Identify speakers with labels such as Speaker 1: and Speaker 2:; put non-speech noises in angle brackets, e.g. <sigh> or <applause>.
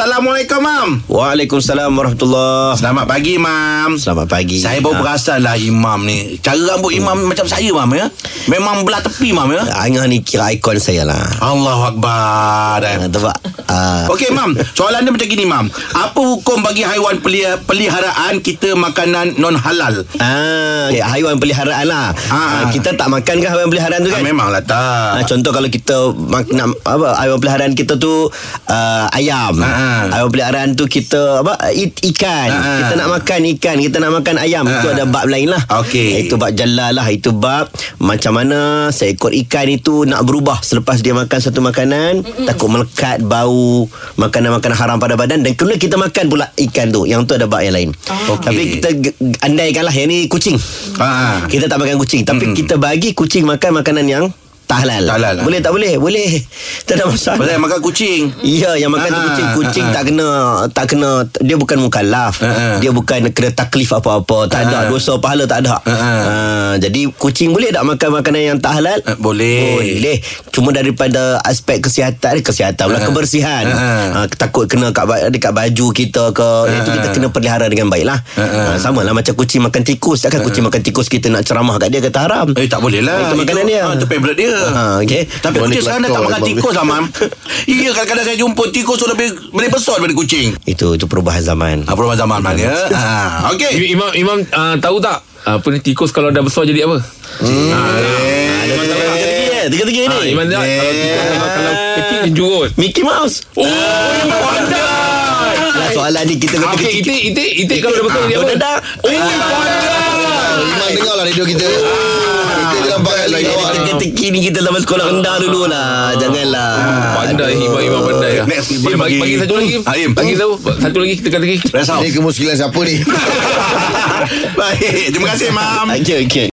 Speaker 1: Assalamualaikum, Mam.
Speaker 2: Waalaikumsalam warahmatullahi
Speaker 1: Selamat pagi, Mam.
Speaker 2: Selamat pagi.
Speaker 1: Saya baru
Speaker 2: Ah. Hmm.
Speaker 1: perasan lah Imam ni. Cara rambut Imam macam saya, Mam, ya. Memang belah tepi, Mam, ya.
Speaker 2: Ah, Angah ni kira ikon saya lah
Speaker 1: Allahu Akbar. eh.
Speaker 2: Ah, Tebak Ah.
Speaker 1: Okey, Mam. Soalan dia macam gini, Mam. Apa hukum bagi haiwan pelia- peliharaan kita makanan non-halal?
Speaker 2: Ah, okay, haiwan peliharaan lah.
Speaker 1: Ah, ah.
Speaker 2: Ah, kita tak makan ke haiwan peliharaan tu
Speaker 1: Ah,
Speaker 2: kan?
Speaker 1: memanglah
Speaker 2: Ah,
Speaker 1: tak.
Speaker 2: contoh kalau kita mak, nak apa haiwan peliharaan kita tu uh, ayam.
Speaker 1: Ah, ah.
Speaker 2: Haiwan peliharaan tu kita apa i, ikan.
Speaker 1: Ah, ah.
Speaker 2: Kita nak makan ikan, kita nak makan ayam.
Speaker 1: Ah,
Speaker 2: Itu ada bab lain lah.
Speaker 1: Okey.
Speaker 2: Itu bab jalla lah, itu bab macam mana seekor ikan itu nak berubah selepas dia makan satu makanan, takut melekat bau makanan-makanan haram pada badan dan kemudian kita makan pula ikan tu. Yang tu ada bab yang lain.
Speaker 1: Okey.
Speaker 2: Tapi kita g- andaikanlah yang ni kucing.
Speaker 1: Ah.
Speaker 2: Kita tak makan kucing Tapi kita bagi kucing makan makanan yang Tak halal
Speaker 1: Hmm. Tak halal. lah.
Speaker 2: Boleh tak boleh? Boleh <laughs> Tak ada masalah
Speaker 1: Pasal makan kucing.
Speaker 2: Ya, yang makan tu
Speaker 1: Ah,
Speaker 2: kucing Kucing
Speaker 1: ah.
Speaker 2: tak kena Tak kena Dia bukan mukallaf
Speaker 1: Ah, ah.
Speaker 2: Dia bukan kena taklif apa-apa Tak
Speaker 1: Ah.
Speaker 2: ada dosa pahala tak ada
Speaker 1: Ah, ah.
Speaker 2: Ah, Jadi kucing boleh tak makan makanan yang tak halal?
Speaker 1: Ah, boleh.
Speaker 2: Boleh Cuma daripada aspek kesihatan eh, Kesihatan pula
Speaker 1: Ah, ah.
Speaker 2: kebersihan
Speaker 1: Ah,
Speaker 2: Ah, Takut kena kat, ba- dekat baju kita ke Itu
Speaker 1: Ha.
Speaker 2: kita kena pelihara dengan baik lah
Speaker 1: Ah,
Speaker 2: Ah, Sama lah macam kucing makan tikus Takkan kucing makan tikus kita nak ceramah kat dia kata haram
Speaker 1: Ha. Eh tak boleh lah
Speaker 2: Itu makanan dia
Speaker 1: ah, Itu favourite dia
Speaker 2: Ah, okey.
Speaker 1: Tapi
Speaker 2: Boleh
Speaker 1: kucing sekarang dah tak
Speaker 2: kelakar
Speaker 1: makan
Speaker 2: dia,
Speaker 1: tikus lah Mam <laughs> Iya kadang-kadang saya jumpa Tikus tu lebih Lebih besar daripada kucing
Speaker 2: Itu itu perubahan zaman
Speaker 1: Apa rumah zaman Man ya Ah, Okey
Speaker 3: Im- Imam Imam uh, tahu tak apa ni tikus kalau dah besar jadi apa?
Speaker 2: Ya. Ada
Speaker 1: Eh,
Speaker 2: tiga-tiga dia, Tiga-tiga
Speaker 3: Ha,
Speaker 2: ni
Speaker 3: Imam tak kalau tikus kalau, kalau kecil dia jurut.
Speaker 2: Mickey Mouse
Speaker 3: Oh, Imam pandai.
Speaker 2: Alah soalan ni kita kena
Speaker 3: Okey, Ah, itik itik itik kalau dah besar jadi apa?
Speaker 2: Dadak
Speaker 3: Oh, pandai.
Speaker 4: Memang dengar lah radio kita Kita dia nampak kan lain awak ni.
Speaker 2: Teka-teki ni kita zaman sekolah rendah dulu lah Janganlah
Speaker 3: Pandai Imam Imam pandai lah.
Speaker 1: Next,
Speaker 3: Eh,
Speaker 1: boleh
Speaker 3: bagi,
Speaker 1: bagi-
Speaker 3: bagi satu lagi.
Speaker 1: Ah, Im.
Speaker 3: Bagi satu satu lagi kita kata lagi.
Speaker 1: Rest out
Speaker 4: Ni kemuskilan siapa ni
Speaker 1: <laughs> Baik Terima kasih Mam
Speaker 2: Okay okay